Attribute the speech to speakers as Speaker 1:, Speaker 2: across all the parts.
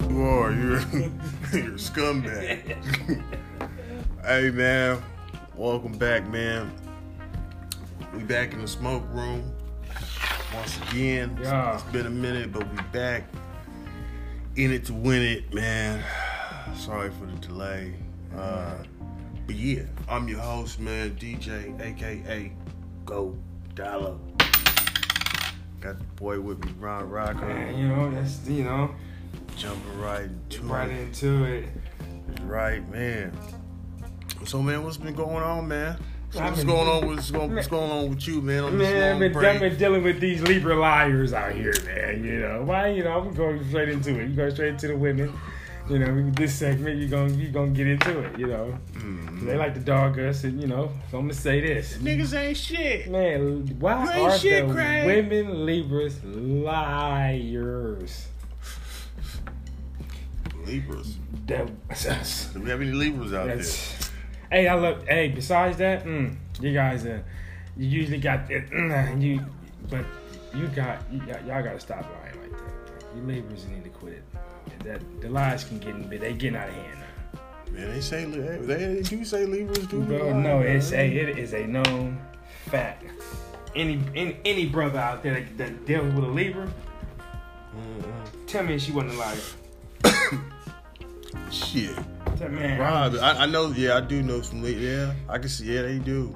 Speaker 1: are. You're you're a scumbag. hey man, welcome back, man. We back in the smoke room once again. It's-
Speaker 2: Yeah.
Speaker 1: it's been a minute, but we back in it to win it, man. Sorry for the delay. Uh, but yeah, I'm your host, man, DJ, aka Go Dollar. Got the boy with me, Ron Rocker.
Speaker 2: Man, you know, that's you know,
Speaker 1: Jumping right into
Speaker 2: right
Speaker 1: it.
Speaker 2: into it.
Speaker 1: Right, man. So, man, what's been going on, man? So
Speaker 2: I've
Speaker 1: what's
Speaker 2: been-
Speaker 1: going on? With, what's, going,
Speaker 2: Man.
Speaker 1: what's going on with you, man? On this
Speaker 2: Man, I've
Speaker 1: long
Speaker 2: been,
Speaker 1: break?
Speaker 2: I've been dealing with these Libra liars out here, man. You know, why? You know, I'm going straight into it. You go straight into the women. You know, this segment, you're gonna you gonna get into it. You know,
Speaker 1: Mm.
Speaker 2: they like to dog us, and you know, so I'm gonna say this.
Speaker 1: Niggas ain't shit.
Speaker 2: Man, why
Speaker 1: You ain't
Speaker 2: are
Speaker 1: shit,
Speaker 2: the
Speaker 1: Craig.
Speaker 2: women Libras liars?
Speaker 1: Libras.
Speaker 2: That,
Speaker 1: Do we have any Libras out there?
Speaker 2: That's, hey, I love. Hey, besides that, mm, you guys, uh, you usually got that. Mm, you, but you got you, y'all y'all gotta stop lying like that. You laborers need to quit. That the lies can get they getting out of hand.
Speaker 1: Man, they say li- they, they do say Libras do. be
Speaker 2: Bro,
Speaker 1: lying,
Speaker 2: no, it's a
Speaker 1: man.
Speaker 2: it is a known fact. Any any, any brother out there that, that deals with a Libra,
Speaker 1: Mm-mm.
Speaker 2: tell me she wasn't a liar.
Speaker 1: Shit,
Speaker 2: Tell me, man,
Speaker 1: Rob. I, I know. Yeah, I do know some. Li- Yeah, I can see. Yeah, they do.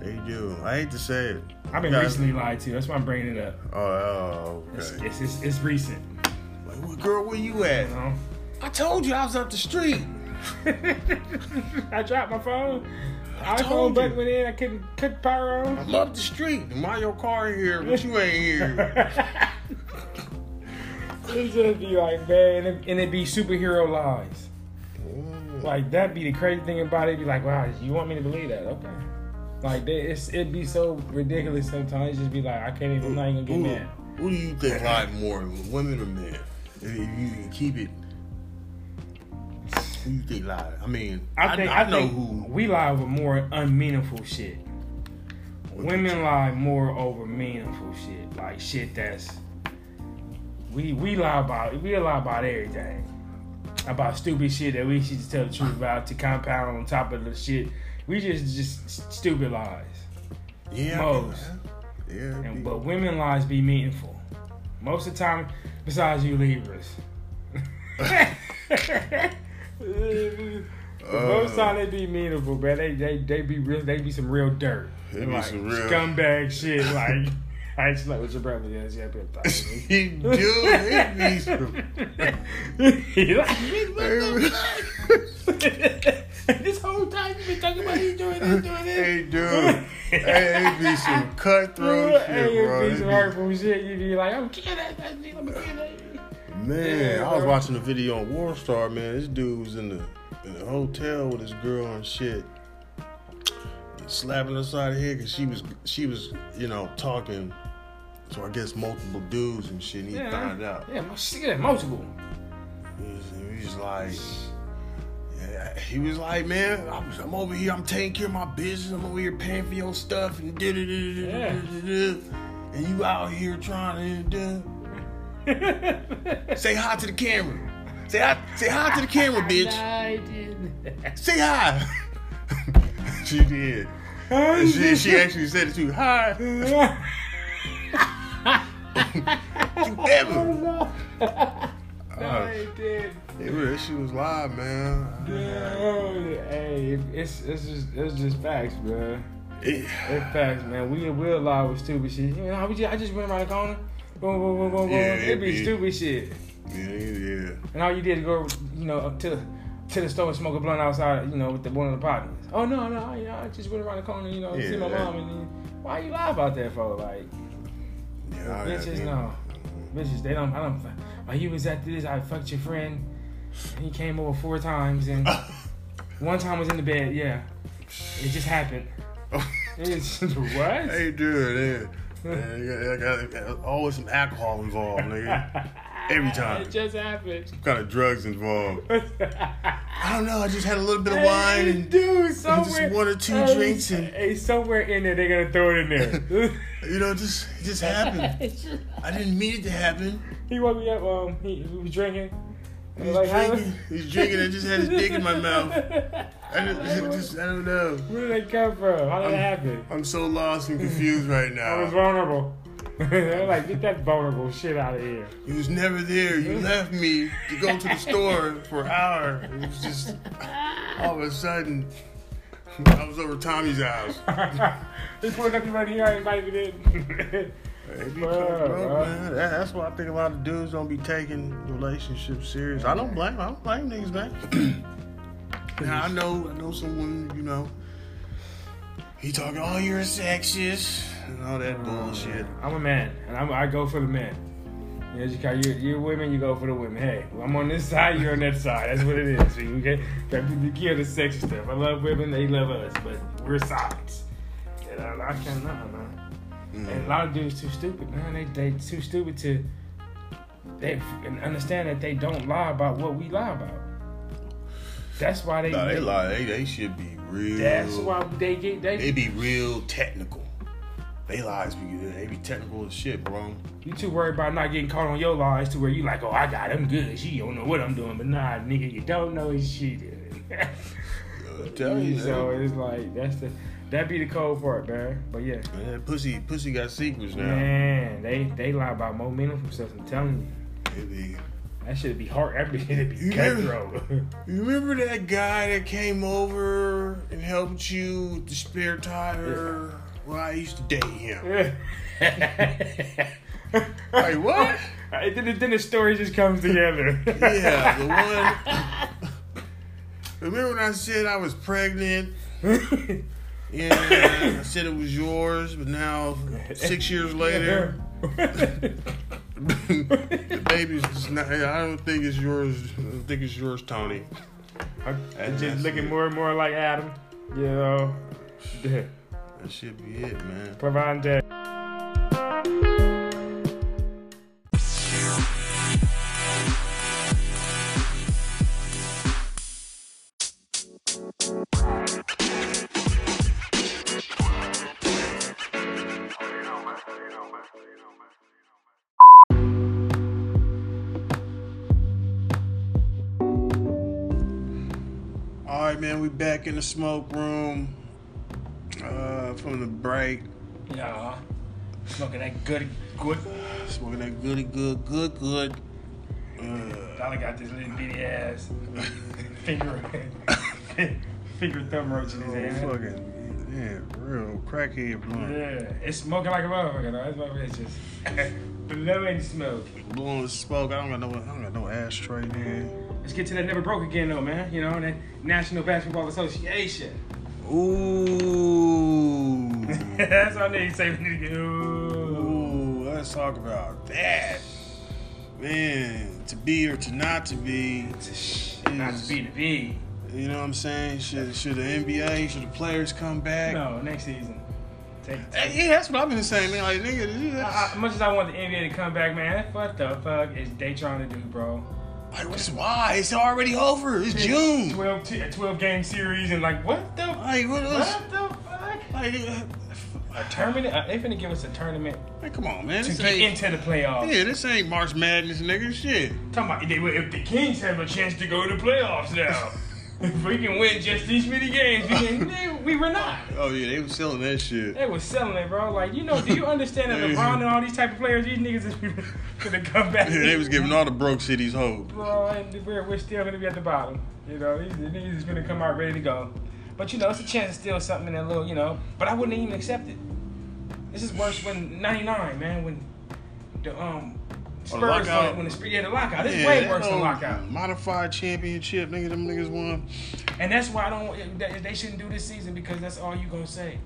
Speaker 1: They do. I hate to say it.
Speaker 2: I've been
Speaker 1: Guys-
Speaker 2: recently lied to. That's why I'm bringing it up.
Speaker 1: Oh, oh
Speaker 2: It's
Speaker 1: okay.
Speaker 2: it's, it's, it's recent.
Speaker 1: Like, well, girl, where you
Speaker 2: You
Speaker 1: at?
Speaker 2: know?
Speaker 1: I told you I was up the street.
Speaker 2: I dropped my phone.
Speaker 1: told
Speaker 2: iPhone
Speaker 1: you.
Speaker 2: button went in. I couldn't cut power on.
Speaker 1: I'm up the street. Why your car here? But you ain't here.
Speaker 2: It just be like, man, and it, and it be superhero lies.
Speaker 1: Mm.
Speaker 2: Like that be the crazy thing about it. Be like, wow, you want me to believe that? Okay. Like they, it's it be so ridiculous sometimes. Just be like, I can't even. I'm not even
Speaker 1: Who,
Speaker 2: gonna get mad.
Speaker 1: who do you think lie more, women or men? If you can keep it, who you think lie? I mean, I,
Speaker 2: I think
Speaker 1: I,
Speaker 2: I,
Speaker 1: know
Speaker 2: think
Speaker 1: who.
Speaker 2: we lie over more unmeaningful shit. Women lie more over meaningful shit, like shit that's we we lie about we lie about everything, about stupid shit that we should just tell the truth about to compound on top of the shit. We just just stupid lies,
Speaker 1: Yeah, I think-
Speaker 2: Most.
Speaker 1: yeah.
Speaker 2: and
Speaker 1: be-
Speaker 2: but women lies be meaningful. Most of the time, besides you Libras. Most
Speaker 1: Uh,
Speaker 2: time they be meaningful, man. They they they be real. They be some real dirt.
Speaker 1: They be
Speaker 2: like,
Speaker 1: some real-
Speaker 2: scumbag shit. Like I just like what your brother does. Yeah, but
Speaker 1: he do. It be some-
Speaker 2: He like, this whole time you been talking about he doing this, doing
Speaker 1: hey,
Speaker 2: this.
Speaker 1: dude. Hey, it be some cutthroat
Speaker 2: Hey,
Speaker 1: shit, bro.
Speaker 2: it be some
Speaker 1: It
Speaker 2: hurtful shit. You be like, I'm kidding. I'm kidding. I'm kidding.
Speaker 1: be- man,
Speaker 2: Yeah,
Speaker 1: I was
Speaker 2: bro.
Speaker 1: watching a video on War Star, man. This dude was in the, in the hotel with his girl and shit. slapping her side of the head because she was she was you know talking to I guess multiple dudes and shit. And he
Speaker 2: Yeah.
Speaker 1: found out.
Speaker 2: Yeah, she got multiple.
Speaker 1: He was, he was like, yeah, he was like, man, I'm, I'm over here. I'm taking care of my business. I'm over here paying for your stuff and da da da
Speaker 2: Yeah.
Speaker 1: da da. And you out here trying to da. say hi to the camera. Say hi, say hi to the camera, bitch.
Speaker 2: I did.
Speaker 1: Say hi. she did. And she, she actually said it too. Hi. you ever.
Speaker 2: no.
Speaker 1: Uh,
Speaker 2: I did.
Speaker 1: it was, she was live, man.
Speaker 2: Dude, hey, it's it's just it's just facts, man.
Speaker 1: It-
Speaker 2: It's facts, man. We will lie with stupid shit. You know, I, was, I just went around the corner, boom, boom, boom, boom, boom.
Speaker 1: Yeah,
Speaker 2: it
Speaker 1: it
Speaker 2: be
Speaker 1: be-
Speaker 2: stupid shit,
Speaker 1: yeah, yeah.
Speaker 2: and all you did was go, you know, up to the to the store and smoke a blunt outside, you know, with the, one of the partners. Oh no, no, I, you know, I just went around the corner, you know, to see
Speaker 1: Yeah,
Speaker 2: my
Speaker 1: that-
Speaker 2: mom, and then, why you lie about that for? Like,
Speaker 1: Oh, yeah I-
Speaker 2: bitches,
Speaker 1: I-
Speaker 2: no. bitches, they don't. I don't. While you was at this, I fucked your friend. And he came over four times, and one time was in the bed. Yeah, it just happened. It's what?
Speaker 1: hey, dude, yeah. Yeah, I got, I got always some alcohol involved, nigga. Every time.
Speaker 2: It just happened.
Speaker 1: What kind of drugs involved? I don't know. I just had a little bit of
Speaker 2: Hey,
Speaker 1: wine and
Speaker 2: dude, somewhere
Speaker 1: one or two
Speaker 2: hey,
Speaker 1: drinks and-
Speaker 2: hey, somewhere in there they're gonna throw it in there.
Speaker 1: you know, just it just happened. I didn't mean it to happen.
Speaker 2: he woke me up. Um, he, we was drinking.
Speaker 1: He's
Speaker 2: Like, how-
Speaker 1: drinking. He's drinking. I just had his dick in my mouth. I just, I just, I don't know.
Speaker 2: Where did that come from? How
Speaker 1: I'm-
Speaker 2: did that happen?
Speaker 1: I'm so lost and confused right
Speaker 2: I was
Speaker 1: now.
Speaker 2: vulnerable. They're like, get that vulnerable shit out of here.
Speaker 1: You was never there. You left me to go to the store for an hour. It was just all of a sudden. I was over Tommy's house.
Speaker 2: This one up right here, I invited in.
Speaker 1: It be
Speaker 2: Bruh,
Speaker 1: tough, bro,
Speaker 2: bruh.
Speaker 1: man. That- That's why I think a lot of dudes don't be taking relationships serious. I don't blame. I don't blame niggas, man. now I know. I know someone. You know. He talking. Oh, you're a sexist and all that bullshit.
Speaker 2: I'm a man, and I'm, I go for the men. You know, you got- you're, you're women, you go for the women. Hey, I'm on this side, you're on that side. That's what it is. We we get got to be kill the sexy stuff. I love women, they love us, but we're sides. And I, I can't, no, no.
Speaker 1: Mm.
Speaker 2: And a lot of dudes too stupid, man. They they too stupid to they f- and understand that they don't lie about what we lie about. That's why they.
Speaker 1: Nah, they lie. They, they should be real.
Speaker 2: That's why they get they.
Speaker 1: they be real technical. They lies be they be technical as shit, bro.
Speaker 2: You too worried about not getting caught on your lies to where you like, oh, I got him good. She don't know what I'm doing, but nah, nigga, you don't know what she doing.
Speaker 1: I'm telling you,
Speaker 2: so
Speaker 1: man.
Speaker 2: it's like that's the that be the cold part, man. But yeah,
Speaker 1: Man, that pussy, pussy got secrets now.
Speaker 2: man, they they lie about more meaningful stuff. I'm telling you,
Speaker 1: It be-
Speaker 2: that should be hard. That be it'd be
Speaker 1: You
Speaker 2: cutthroat.
Speaker 1: You remember that guy that came over and helped you with the spare tire? Well, I used to date him.
Speaker 2: like
Speaker 1: Like what?
Speaker 2: Then, the- then the story just comes together.
Speaker 1: Yeah, the one. Remember when I said I was pregnant? Yeah, I said it was yours, but now six years later, the baby's just not. I don't think it's yours. I don't think it's yours, Tony.
Speaker 2: I'm
Speaker 1: that's
Speaker 2: just looking
Speaker 1: it.
Speaker 2: more and more like Adam. You know,
Speaker 1: That should be it, man.
Speaker 2: Provante.
Speaker 1: All right, man. We back in the smoke room uh, from the break.
Speaker 2: Yeah, smoking that good, good.
Speaker 1: Smoking that goody good, good, good. Uh,
Speaker 2: Dolly got this little bitty ass finger, finger thumb roach in his
Speaker 1: Oh,
Speaker 2: hand.
Speaker 1: fucking, yeah, real crackhead blunt.
Speaker 2: Yeah, it's smoking like a motherfucker though. That's my bitch just blowing smoke.
Speaker 1: Blowing smoke. I don't got no, I don't got no ashtray, nigga.
Speaker 2: Let's get to that never broke again though, man. You know that National Basketball Association.
Speaker 1: Ooh.
Speaker 2: That's all I need to say. We need to get- Ooh.
Speaker 1: Ooh, let's talk about that. Man, to be or to not to be.
Speaker 2: Not to be the B.
Speaker 1: You know what I'm saying? Should should the NBA, should the players come back?
Speaker 2: No, next season. Take.
Speaker 1: Hey,
Speaker 2: take.
Speaker 1: Yeah, that's what I've been saying, man. Like, nigga, this is-
Speaker 2: I- I- much as I want the NBA to come back, man, what the fuck is they trying to do, bro?
Speaker 1: like, what's why? It's already over. It's June.
Speaker 2: 12, t- a 12 game series and like, what the fuck?
Speaker 1: Like, what else?
Speaker 2: What the fuck?
Speaker 1: Like,
Speaker 2: A tournament? Uh, they finna give us a tournament
Speaker 1: man, come on, man.
Speaker 2: to
Speaker 1: This
Speaker 2: get
Speaker 1: ain't,
Speaker 2: into the playoffs.
Speaker 1: yeah, this ain't March Madness, nigga. Shit.
Speaker 2: Talking about they, if the Kings have a chance to go to the playoffs now. if we can win just these many games, we, can, they- we were not.
Speaker 1: Oh yeah, they was selling that shit.
Speaker 2: They was selling it, bro. Like, you know, do you understand that
Speaker 1: Yeah.
Speaker 2: LeBron and all these type of players, these niggas is gonna come back.
Speaker 1: Yeah, they was giving all the broke cities hope.
Speaker 2: Bro, and we're, we're still gonna be at the bottom. You know, these these niggas is gonna come out ready to go. But you know, it's a chance to steal something in a little, you know. But I wouldn't even accept it. This is worse when '99, man, when the um Spurs
Speaker 1: lockout.
Speaker 2: won, when the Spurs yeah the lockout. This is
Speaker 1: Yeah, Oh.
Speaker 2: way
Speaker 1: that
Speaker 2: worse than
Speaker 1: old
Speaker 2: lockout.
Speaker 1: Modified championship, nigga. Them niggas won.
Speaker 2: And that's why I don't. that- They shouldn't do this season because that's all you gonna say.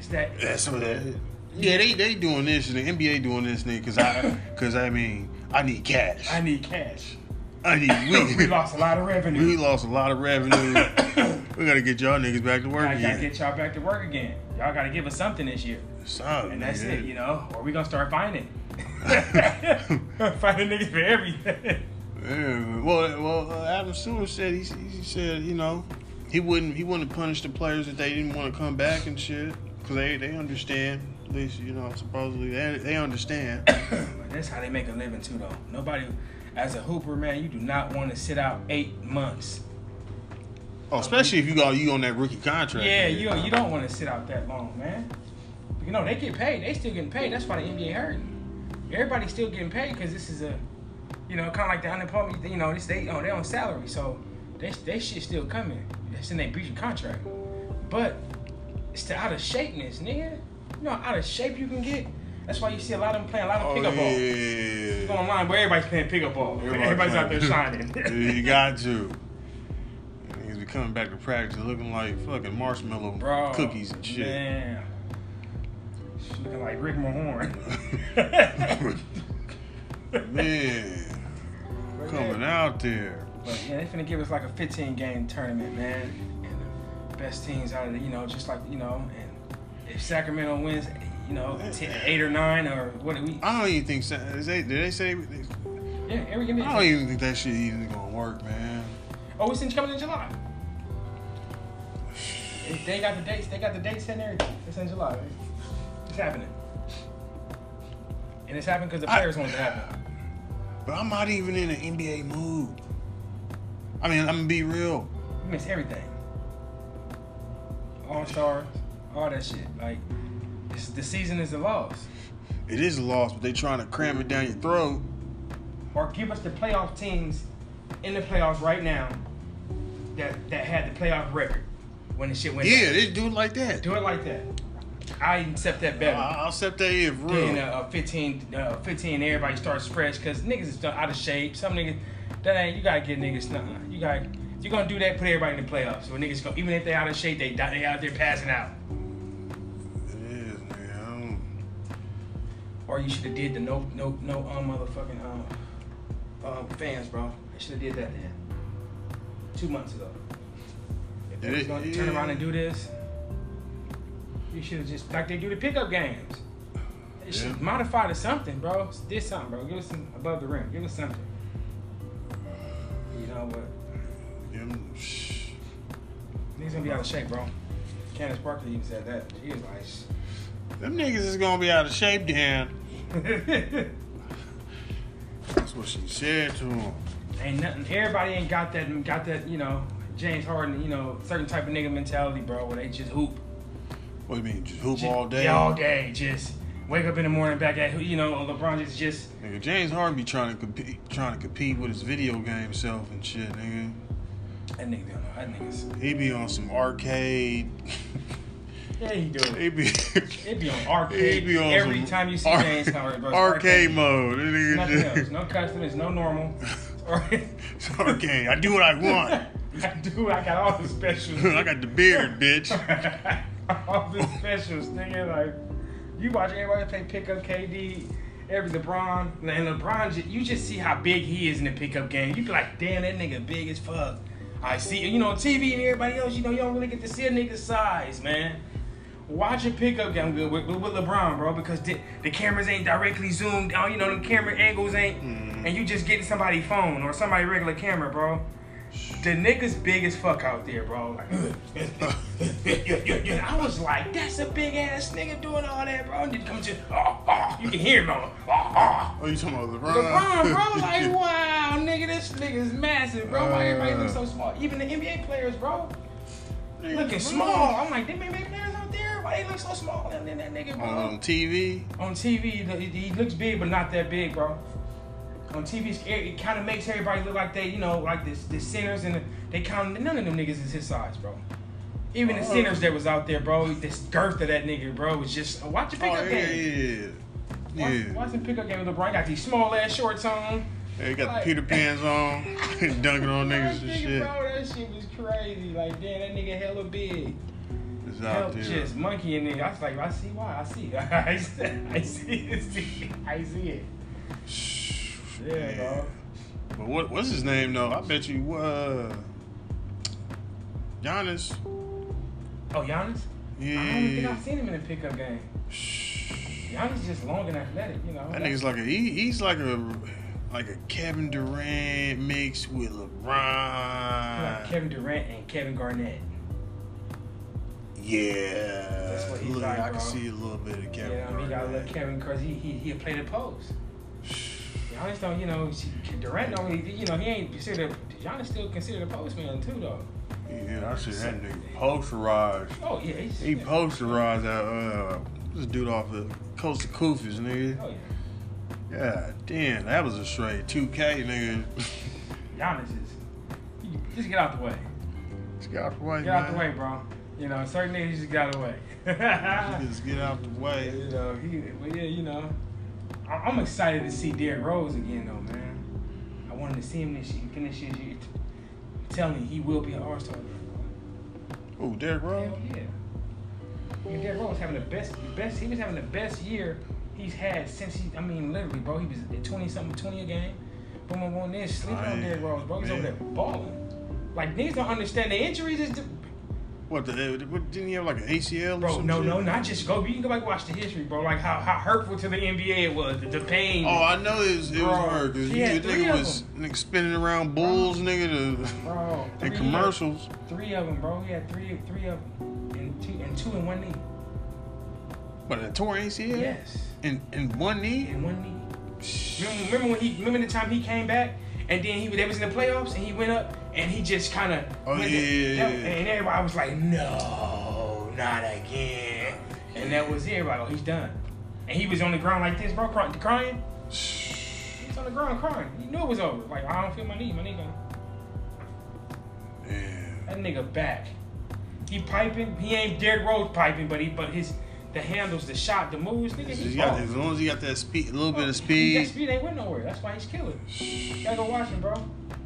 Speaker 2: Is that
Speaker 1: Yeah, some of that. Yeah, they they doing this and the NBA doing this, nigga. Cause I, cause I mean, I need cash.
Speaker 2: I need cash.
Speaker 1: I need.
Speaker 2: We lost a lot of revenue.
Speaker 1: We lost a lot of revenue. we gotta get y'all niggas back to work
Speaker 2: I gotta
Speaker 1: again.
Speaker 2: get y'all back to work again. Y'all gotta give us something this year.
Speaker 1: Solid,
Speaker 2: And that's
Speaker 1: nigga.
Speaker 2: it, you know? Or we gonna start finding. finding niggas for everything.
Speaker 1: Yeah. Well, well, uh, Adam Stewart said he, he said you know he wouldn't he wouldn't punish the players if they didn't want to come back and shit because they they understand at least you know supposedly they they understand.
Speaker 2: But that's how they make a living too though. Nobody as a hooper, man, you do not want to sit out eight months.
Speaker 1: Oh, especially if you got you on that rookie contract.
Speaker 2: Yeah,
Speaker 1: man.
Speaker 2: you you don't want to sit out that long, man. You know they get paid. They still getting paid. That's why the NBA hurting. Everybody's still getting paid because this is a, you know, kind of like the unemployment. You know, this they oh they on salary, so they they shit still coming. That's in they breach of contract, but it's the out of shapeness, nigga. You know, how out of shape you can get. That's why you see a lot of them playing a lot of
Speaker 1: Oh,
Speaker 2: pickup ball. You Go
Speaker 1: yeah.
Speaker 2: online where everybody's playing pickup ball. Everybody's, out there
Speaker 1: Everybody-
Speaker 2: shining.
Speaker 1: you got to. He's be coming back to practice looking like fucking marshmallow
Speaker 2: Bro,
Speaker 1: cookies and shit.
Speaker 2: Man. She Looking like Rick Mahorn.
Speaker 1: Man, coming out there.
Speaker 2: But yeah, they finna give us like a 15 game tournament, man. And the best teams out of the, you know, just like, you know, and if Sacramento wins, you know, t- eight or nine or what do we?
Speaker 1: I don't even think. sa- Is they, did they say? I
Speaker 2: Yeah, every game.
Speaker 1: don't even think that shit even gonna work, man.
Speaker 2: Oh, it's in coming in July. They- They got the dates. They got the dates and everything. It's in July. Right? It's happening. And it's happening because the
Speaker 1: I-
Speaker 2: players want it to happen.
Speaker 1: But I'm not even in an NBA mood. I mean, I'm gonna be real.
Speaker 2: You miss everything. All stars, all that shit. Like, it's, the season is a loss.
Speaker 1: It is a loss, but they trying to cram it down your throat.
Speaker 2: or give us the playoff teams in the playoffs right now that that had the playoff record when the shit went.
Speaker 1: Yeah,
Speaker 2: down.
Speaker 1: they do it like that.
Speaker 2: do it like that. I accept that
Speaker 1: I-
Speaker 2: better.
Speaker 1: I'll step that in for real.
Speaker 2: Than a, a 15, uh, 15, everybody starts fresh because niggas is done out of shape. Some niggas, that ain't, you gotta get niggas, nah. You gotta, if you're gonna do that, put everybody in the playoffs. So niggas go, even if they out of shape, they, die- they out there passing out.
Speaker 1: It is, man. I don't-
Speaker 2: Or you should have did the no, no, no, um, motherfucking, um, um, fans, bro. They should have did that then. Two months ago. If they
Speaker 1: It
Speaker 2: was
Speaker 1: is-
Speaker 2: gonna turn around and
Speaker 1: yeah.
Speaker 2: do this, you should have just like they do the pickup games. They should
Speaker 1: Yeah.
Speaker 2: modify to something, bro. Did something, bro. Give us some above the rim. Give us something. You know what?
Speaker 1: Them- shh.
Speaker 2: Niggas gonna be out of shape, bro. Candace Parker even said that. She was like, "Shh."
Speaker 1: Them niggas is gonna be out of shape, Dan. That's what she said to him.
Speaker 2: ain't nothing. Everybody ain't got that. Got that. You know, James Harden. You know, certain type of nigga mentality, bro. Where they just hoop.
Speaker 1: What do you mean, just hoop
Speaker 2: Ju-
Speaker 1: all day?
Speaker 2: yeah, all day. Just wake up in the morning, back at you know LeBron just just
Speaker 1: Nigga, James Harden be trying to compete, trying to compete with his video game self and shit, nigga.
Speaker 2: that nigga. Don't know, that nigga's
Speaker 1: He be on some arcade.
Speaker 2: yeah, he do it.
Speaker 1: he be.
Speaker 2: It be on
Speaker 1: He
Speaker 2: arcade
Speaker 1: be on
Speaker 2: every
Speaker 1: some
Speaker 2: time you see
Speaker 1: ar-
Speaker 2: James Harden, bro. it's
Speaker 1: arcade mode. That nigga
Speaker 2: Nothing
Speaker 1: just-
Speaker 2: else. No custom. It's no normal. Or-
Speaker 1: It's arcade. I do what I want.
Speaker 2: Dude, I got all the specials.
Speaker 1: I got the beard, bitch. Oh,
Speaker 2: all the specials, nigga. Like you watch everybody play pickup KD, every LeBron, and LeBron. ju- You just see how big he is in the pickup game. You be like, damn, that nigga big as fuck. I see, you know, on TV and everybody else. You know, you don't really get to see a nigga's size, man. Watch a pickup game good with, with, with LeBron, bro, because the, the cameras ain't directly zoomed out. You know, the camera angles ain't, and you just getting somebody phone or somebody regular camera, bro. The niggas big as fuck out there, bro. Like, and I was like, that's a big ass nigga doing all that, bro. And then come to, oh, oh, you can hear him on, oh, oh.
Speaker 1: Oh, you talking about LeBron?
Speaker 2: LeBron, bro, like, wow, nigga, this nigga's massive, bro. Why everybody look so small? Even the NBA players, bro,
Speaker 1: Nigga,
Speaker 2: looking
Speaker 1: LeBron
Speaker 2: small. I'm like, them NBA players out there, why they look so small? And then that nigga, bro,
Speaker 1: On TV,
Speaker 2: on TV, he- he looks big, but not that big, bro. On TV, it's- it kind of makes everybody look like they, you know, like the, the centers and the, they count. None of them niggas is his size, bro. Even the
Speaker 1: Oh.
Speaker 2: centers that was out there, bro, the girth of that nigga, bro, was just uh, watch a
Speaker 1: oh
Speaker 2: pickup
Speaker 1: yeah,
Speaker 2: game.
Speaker 1: yeah, yeah.
Speaker 2: Watch,
Speaker 1: yeah.
Speaker 2: watch the pickup game with LeBron. Got these small ass shorts on.
Speaker 1: They got
Speaker 2: Like-
Speaker 1: the Peter Pans on, dunking on niggas
Speaker 2: Like,
Speaker 1: and
Speaker 2: nigga,
Speaker 1: shit.
Speaker 2: Bro, that shit was crazy. Like, damn, that nigga hella big.
Speaker 1: It's
Speaker 2: Hell,
Speaker 1: out there.
Speaker 2: just monkey and nigga. I was like, I see why. I see. I see. I see. I see, I see it. Yeah,
Speaker 1: Man.
Speaker 2: dog.
Speaker 1: But what what's his name though? I bet you uh Giannis.
Speaker 2: Oh, Giannis?
Speaker 1: Yeah.
Speaker 2: I don't think I've seen him in a pickup game.
Speaker 1: Shh.
Speaker 2: Giannis just long and athletic, you know.
Speaker 1: That nigga's like a he, he's like a like a Kevin Durant mixed with
Speaker 2: Like
Speaker 1: LeBron.
Speaker 2: Kevin Durant and Kevin Garnett.
Speaker 1: Yeah.
Speaker 2: That's what he's
Speaker 1: Look,
Speaker 2: like,
Speaker 1: I
Speaker 2: bro.
Speaker 1: can see a little bit of Kevin
Speaker 2: you know, what I mean, you gotta
Speaker 1: Durant.
Speaker 2: love Kevin because he he he'll play the post. Giannis don't, you know, she, Durant don't, you know, he ain't considered. Giannis still considered a postman too, though.
Speaker 1: Yeah, I see that nigga posterized.
Speaker 2: Oh yeah, he's,
Speaker 1: He posterized that uh, this dude off the coast of Kufis, nigga.
Speaker 2: Oh yeah,
Speaker 1: Yeah, damn, that was a straight 2K, nigga.
Speaker 2: Giannis is. you Just get out the way.
Speaker 1: Just get out the way,
Speaker 2: Get out the way,
Speaker 1: man.
Speaker 2: bro. You know, certain niggas just got away.
Speaker 1: Just get out the way.
Speaker 2: you know, he, well, yeah, you know, I, I'm excited to see Derrick Rose again, though, man. I wanted to see him this year, finish his year. T- tell me he will be an All Star.
Speaker 1: Ooh, Derrick Rose.
Speaker 2: Hell yeah. And Derrick Rose having the best, the best. He was having the best year he's had since he. I mean, literally, bro. He was at twenty something, twenty a game. Boom, boom, boom. Then sleeping on
Speaker 1: Man,
Speaker 2: Derrick Rose, bro. He's over
Speaker 1: man.
Speaker 2: there balling. Like niggas don't understand the injuries. Is
Speaker 1: What the? What, didn't he have like an ACL? or
Speaker 2: bro,
Speaker 1: some
Speaker 2: no,
Speaker 1: shit?
Speaker 2: no, not just go. You can go back and watch the history, bro. Like how, how hurtful to the NBA it was, the, the pain.
Speaker 1: Oh, I know it was, it was
Speaker 2: Bro,
Speaker 1: hard because
Speaker 2: he
Speaker 1: nigga
Speaker 2: had three of
Speaker 1: was nigga, spinning around bulls, nigga, to,
Speaker 2: bro.
Speaker 1: and
Speaker 2: three-
Speaker 1: commercials.
Speaker 2: Three of them, bro. He had three, three of them, and two, and two in one knee.
Speaker 1: But a torn ACL
Speaker 2: Yes,
Speaker 1: in in one knee.
Speaker 2: in one knee. Remember, remember when he remember the time he came back and then he they was in the playoffs and he went up and he just kind of
Speaker 1: Oh, yeah, yeah, yeah, yeah.
Speaker 2: and everybody was like no not again and that was it everybody oh he's done and he was on the ground like this bro cry- crying he was on the ground crying he knew it was over like I don't feel my knee my knee gone
Speaker 1: Man,
Speaker 2: that nigga back he piping he ain't Derrick Rose piping but he but his the handles the shot the moves nigga
Speaker 1: He
Speaker 2: he
Speaker 1: got,
Speaker 2: ball.
Speaker 1: as long as he got that speed, a little bit of
Speaker 2: That
Speaker 1: speed.
Speaker 2: speed ain't went nowhere. That's why he's killing. Gotta go watch him, bro.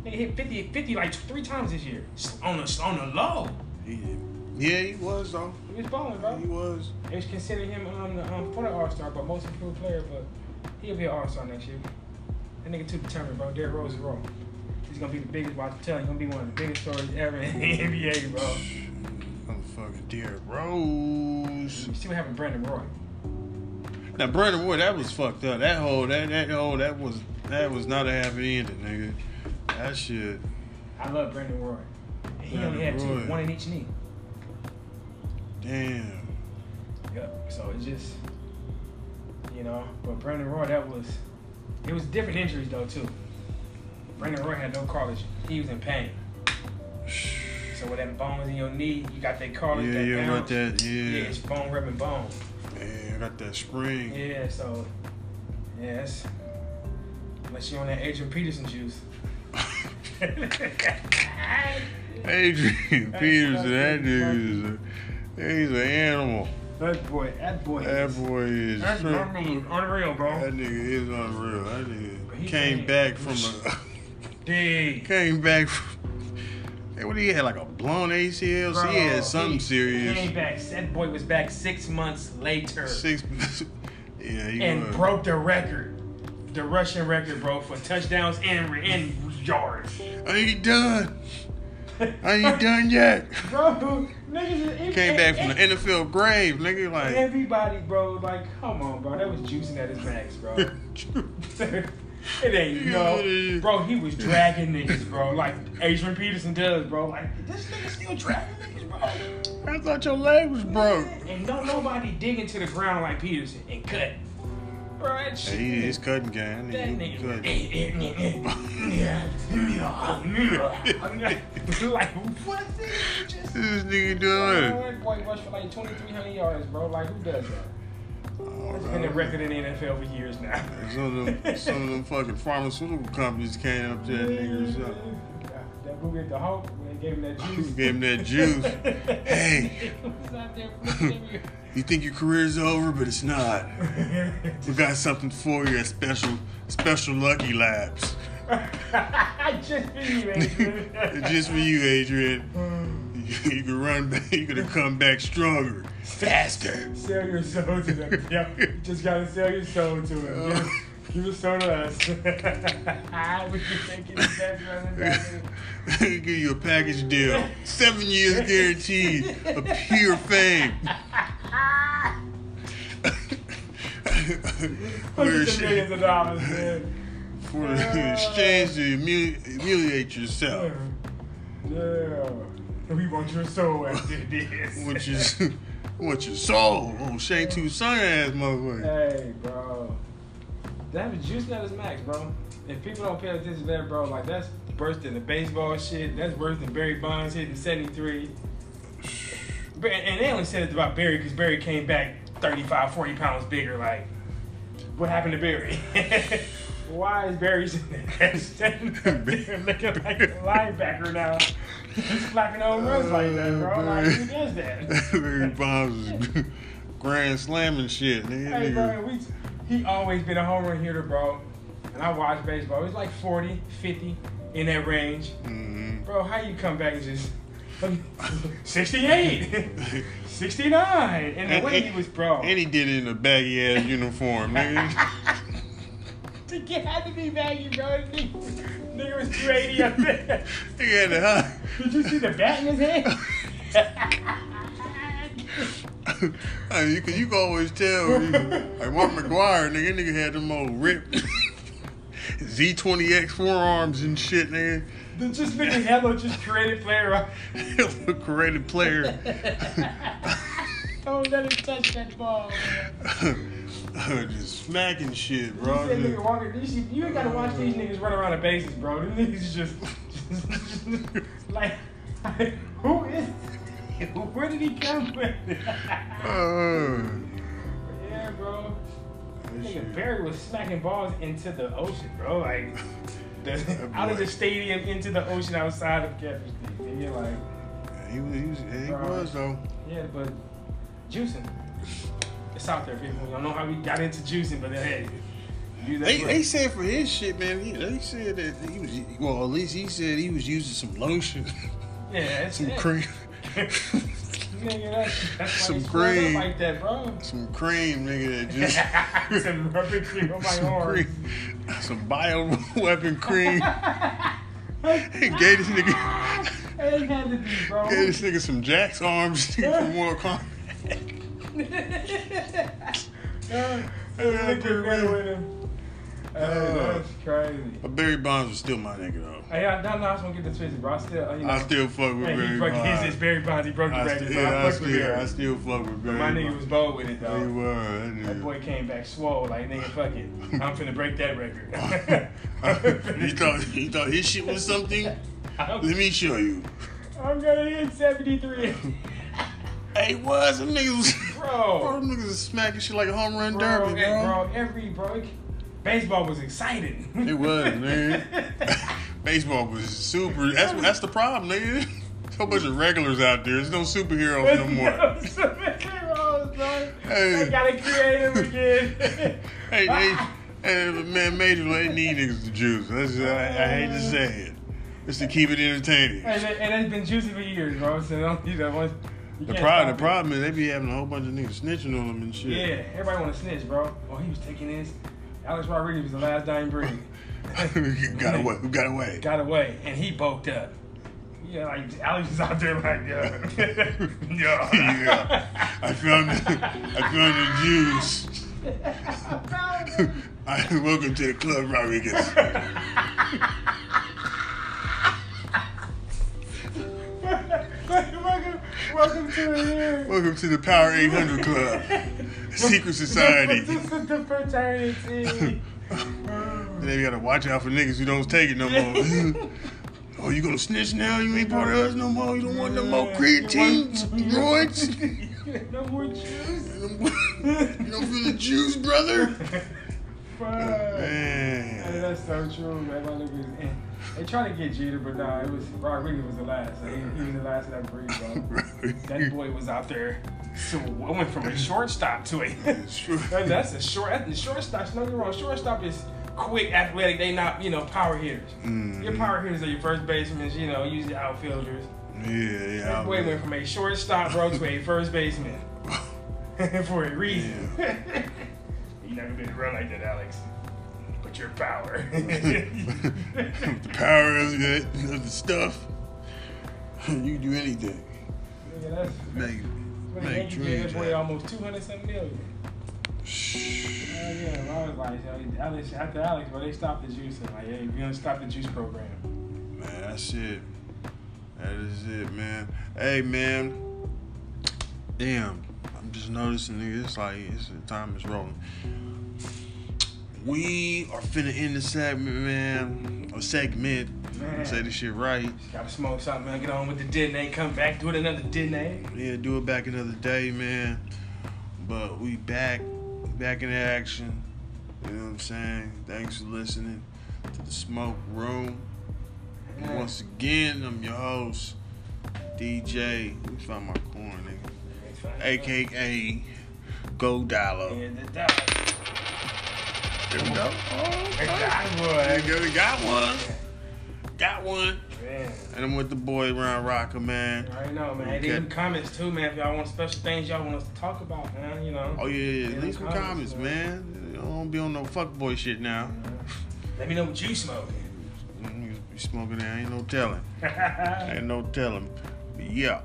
Speaker 2: Nigga hit 50, 50 like three times this year. S- On the on the low,
Speaker 1: He- yeah, he was though.
Speaker 2: he was balling,
Speaker 1: He
Speaker 2: bro.
Speaker 1: was.
Speaker 2: They was considering him um, the, um for the All Star, but most improved player. But he'll be an All Star next year. That nigga too determined, bro. Derrick Rose is wrong. He's gonna be the biggest. Watch tell. He's gonna be one of the biggest stories ever in the NBA, bro.
Speaker 1: Motherfucking Derrick Rose.
Speaker 2: You see what happened, to Brandon Roy.
Speaker 1: Now Brandon Wood, that was fucked up. That whole that that whole that was that was not a happy ending, nigga. That shit.
Speaker 2: I love Brandon Roy. And he only had
Speaker 1: Brandon
Speaker 2: two,
Speaker 1: Roy.
Speaker 2: one in each knee.
Speaker 1: Damn.
Speaker 2: Yep. So it's just, you know, but Brandon Roy, that was, it was different injuries though too. Brandon Roy had no cartilage. He was in pain. So with that bones in your knee, you got that cartilage.
Speaker 1: Yeah,
Speaker 2: that
Speaker 1: yeah,
Speaker 2: bounce.
Speaker 1: about that.
Speaker 2: Yeah,
Speaker 1: Yeah,
Speaker 2: it's bone rubbing bone.
Speaker 1: man, I got that spring.
Speaker 2: Yeah. So, yes. Unless you're on that Adrian Peterson juice.
Speaker 1: Adrian Peterson, that
Speaker 2: fucking
Speaker 1: dude is a, he's an animal.
Speaker 2: that boy, that boy.
Speaker 1: That boy is.
Speaker 2: That
Speaker 1: true.
Speaker 2: boy is unreal,
Speaker 1: That
Speaker 2: bro.
Speaker 1: nigga is unreal. That
Speaker 2: But he
Speaker 1: nigga came
Speaker 2: came-
Speaker 1: back from a
Speaker 2: Dig.
Speaker 1: came back from. Hey, what he had like a blown ACL?
Speaker 2: Bro,
Speaker 1: he had something
Speaker 2: he Came
Speaker 1: serious.
Speaker 2: back. That boy was back six months later
Speaker 1: Six. yeah, he
Speaker 2: and
Speaker 1: was.
Speaker 2: broke the record, the Russian record, bro, for touchdowns and and yards.
Speaker 1: I ain't done. I ain't done yet.
Speaker 2: bro, niggas is-
Speaker 1: Came
Speaker 2: and-
Speaker 1: back from the
Speaker 2: and-
Speaker 1: NFL grave, nigga. Like.
Speaker 2: Everybody, bro, like, come on, bro. That was juicing at his max, bro. it ain't no, bro. He was dragging niggas, bro, like Adrian Peterson does, bro. Like this nigga still dragging niggas, bro.
Speaker 1: I thought your leg was broke.
Speaker 2: And don't nobody dig into the ground like Peterson and cut. Bro, that shit.
Speaker 1: He is cutting game.
Speaker 2: that nigga.
Speaker 1: Cutting.
Speaker 2: like, what did you just
Speaker 1: This nigga
Speaker 2: Bro,
Speaker 1: doing?
Speaker 2: That boy rushed for like 2,300 yards, bro. Like, who does that? It's been a record in the NFL for years now.
Speaker 1: Some of them, some of them fucking pharmaceutical companies came up to that nigga or something.
Speaker 2: That boo get the hope when they gave him that
Speaker 1: Gave
Speaker 2: juice.
Speaker 1: him that juice. Hey.
Speaker 2: He was out there flicking every-
Speaker 1: You think your career's over, but it's not. We got something for you at special, special Lucky Labs.
Speaker 2: I just been
Speaker 1: It's just for you, Adrian. You, you can run back. You could have come back stronger, faster.
Speaker 2: Sell your soul to them. yeah, you just gotta sell your soul to them. Give, give your soul to us. we can take it back running back.
Speaker 1: Give you a package deal, seven years guaranteed of pure fame. For
Speaker 2: Hundreds of
Speaker 1: your-
Speaker 2: millions of dollars, man.
Speaker 1: for
Speaker 2: Uh.
Speaker 1: the exchange to humili- humiliate yourself,
Speaker 2: Yeah. We want your soul after this.
Speaker 1: which is what your soul, oh Shane Two Sun ass motherfucker.
Speaker 2: Hey, bro. That was juicing at his max, bro. If people don't pay attention to that, bro, like that's worse than the baseball shit. That's worse than Barry Bonds hitting 73. Ba- And they only said it about Barry because Barry came back 35, 40 pounds bigger. Like, what happened to Barry? Why is Barry sitting there standing up there looking like a linebacker now? He's slacking on runs like that, bro. Like, who does that?
Speaker 1: Barry Bonds is grand slamming shit, nigga.
Speaker 2: Hey,
Speaker 1: Nigga.
Speaker 2: bro, we, he always been a home run hitter, bro. And I watch baseball. It's like 40, 50 in that range.
Speaker 1: Mhm.
Speaker 2: Bro, how you come back and just 68, 69. And the way he was, bro.
Speaker 1: And he did it in a baggy ass uniform, nigga.
Speaker 2: To get out to be baggy, bro. Nigga, nigga was 280 up there.
Speaker 1: Nigga had the high.
Speaker 2: Did you see the bat in his hand?
Speaker 1: I mean, you can you can always tell you can- like Mark McGuire, nigga, nigga had them old ripped Z twenty X forearms and shit, nigga.
Speaker 2: The just nigga hello just created player.
Speaker 1: Creative player.
Speaker 2: Don't let him touch that ball. man.
Speaker 1: just smacking shit,
Speaker 2: You
Speaker 1: bro.
Speaker 2: said
Speaker 1: Just-
Speaker 2: nigga Walker, you, should, you ain't gotta watch these niggas run around the bases, bro. These niggas just, just, like, who is? Where did he come with?
Speaker 1: Uh,
Speaker 2: yeah, bro.
Speaker 1: that
Speaker 2: Nigga
Speaker 1: shit.
Speaker 2: Barry was smacking balls into the ocean, bro. Like, the,
Speaker 1: That
Speaker 2: out of
Speaker 1: boy.
Speaker 2: the stadium into the ocean outside of Catholic State. And you're like,
Speaker 1: He was, he was, yeah, he
Speaker 2: Bro.
Speaker 1: was though.
Speaker 2: yeah, but juicing. It's out there, people. Y'all know how we got into juicing, but hey, you that
Speaker 1: They,
Speaker 2: look.
Speaker 1: they said for his shit, man. He, they said that he was well. At least he said he was using some lotion,
Speaker 2: yeah, it's
Speaker 1: some
Speaker 2: it.
Speaker 1: cream,
Speaker 2: Nigga, that's, that's
Speaker 1: Some
Speaker 2: why they swelled up
Speaker 1: cream.
Speaker 2: like that, bro.
Speaker 1: some cream, nigga. That just
Speaker 2: Some rubber cream on my
Speaker 1: some
Speaker 2: arm.
Speaker 1: cream, some bio weapon cream. gave this nigga,
Speaker 2: Hey, had to be, bro.
Speaker 1: gave this nigga some Jack's arms nigga, for Mortal Kombat.
Speaker 2: Yeah, look at that with him. Hey, that's crazy.
Speaker 1: But Barry Bonds was still my nigga though.
Speaker 2: Hey, I, no, no, I just want to get the twisted, bro. I still, uh, you know,
Speaker 1: I still fuck with
Speaker 2: hey, he
Speaker 1: Barry
Speaker 2: broke, he's
Speaker 1: Bonds.
Speaker 2: just Barry Bonds. He broke the
Speaker 1: I
Speaker 2: record,
Speaker 1: still,
Speaker 2: bro.
Speaker 1: yeah,
Speaker 2: I
Speaker 1: I
Speaker 2: fucked with
Speaker 1: still, I
Speaker 2: Barry.
Speaker 1: still fuck with Barry.
Speaker 2: My nigga was
Speaker 1: Bonds.
Speaker 2: bold with it,
Speaker 1: He was.
Speaker 2: though.
Speaker 1: that
Speaker 2: That
Speaker 1: nigga.
Speaker 2: boy came back swole, like, nigga, fuck it. I'm finna break that record. I'm
Speaker 1: you
Speaker 2: finna-
Speaker 1: thought you thought his shit was something?
Speaker 2: I'm,
Speaker 1: Let me show you.
Speaker 2: I'm gonna hit 73.
Speaker 1: Hey, what? Some niggas was bro,
Speaker 2: Bro.
Speaker 1: them niggas was smacking shit like a home run
Speaker 2: Bro,
Speaker 1: derby,
Speaker 2: hey,
Speaker 1: bro.
Speaker 2: bro, every bro, it- baseball was exciting.
Speaker 1: It was, man. Baseball was super. That's that's the problem, nigga. So bunch of regulars out there. There's no superheroes no more.
Speaker 2: Superheroes, bro.
Speaker 1: Hey.
Speaker 2: They gotta create them again.
Speaker 1: Hey, they, hey, man, major, they need niggas to juice. That's just, I, I hate to say it. It's to keep it entertaining.
Speaker 2: and, it, and it's been juicy for years, bro. So don't you know once you
Speaker 1: The
Speaker 2: can't
Speaker 1: problem,
Speaker 2: stop
Speaker 1: the
Speaker 2: it.
Speaker 1: problem is they be having a whole bunch of niggas snitching on them and shit.
Speaker 2: Yeah, everybody want to snitch, bro. Oh, he was taking this. Alex Rodriguez was the last dying breed.
Speaker 1: Who got away? Who got away?
Speaker 2: Got away, and he bulked up. Yeah, like Alex was out there like, yeah,
Speaker 1: yeah. I found the, I found the juice. I welcome to the club, Rodriguez.
Speaker 2: welcome, welcome to the year.
Speaker 1: Welcome to the Power 800 Club, secret society.
Speaker 2: This is the fraternity.
Speaker 1: And they gotta watch out for niggas who don't take it no more. oh, you gonna snitch now? You ain't part of us no more. You don't want no more creatines, roids.
Speaker 2: no more juice.
Speaker 1: you don't feel the juice, brother?
Speaker 2: Bro. Hey,
Speaker 1: Man.
Speaker 2: that's so true, man. My nigga was in. They tried to get Jeter, but nah, it was Rodriguez was the last. Like, he, he was the last that breed, bro. That boy was out there. So I went from a shortstop to a.
Speaker 1: It's true.
Speaker 2: Like, that's a short. That's the shortstop. No, you're wrong. Shortstop is quick, athletic. They not, you know, power hitters.
Speaker 1: Mm-hmm.
Speaker 2: Your power hitters are your first basemen. You know, usually outfielders.
Speaker 1: Yeah, yeah.
Speaker 2: That
Speaker 1: I'm-
Speaker 2: boy went from a shortstop, bro, to a first baseman for a reason. you never been run like that, Alex. But your power.
Speaker 1: the power of the, of the stuff. You can do anything.
Speaker 2: Nigga, that's
Speaker 1: Make,
Speaker 2: when the
Speaker 1: make
Speaker 2: Yankees gave
Speaker 1: dreams
Speaker 2: that boy
Speaker 1: happen.
Speaker 2: almost two hundred something million.
Speaker 1: Shh.
Speaker 2: Hell yeah, I was like, yo, Alex, after Alex, bro, they stopped the juice. like, hey, we're gonna stop the juice program.
Speaker 1: Man, that's it. That is it, man. Hey, man. Damn. I'm just noticing, nigga, it's like it's, the time is rolling. We are finna end the segment, man. Or segment.
Speaker 2: Man.
Speaker 1: Say this shit right.
Speaker 2: Gotta smoke something, man. Get on with the DNA. Come back, do it another DNA.
Speaker 1: Yeah, do it back another day, man. But we back, back in action. You know what I'm saying? Thanks for listening to the Smoke Room. And Once again, I'm your host, DJ. We found my corn, nigga. AKA Go Dollar.
Speaker 2: Yeah, the dog.
Speaker 1: There we go.
Speaker 2: The dog
Speaker 1: There
Speaker 2: boy.
Speaker 1: we go. We got one. Got one.
Speaker 2: Man.
Speaker 1: And I'm with the boy Ron Rocker, man.
Speaker 2: I know, man.
Speaker 1: Okay.
Speaker 2: Leave them comments too, man. If y'all want special things y'all want us to talk about, man. You know.
Speaker 1: Oh yeah, yeah.
Speaker 2: Yeah,
Speaker 1: leave some
Speaker 2: comments,
Speaker 1: comments, man. I don't be on no fuckboy shit now.
Speaker 2: Let me know what you smoking.
Speaker 1: Mm, You you smoking there? Ain't no telling. Ain't no telling. But yeah,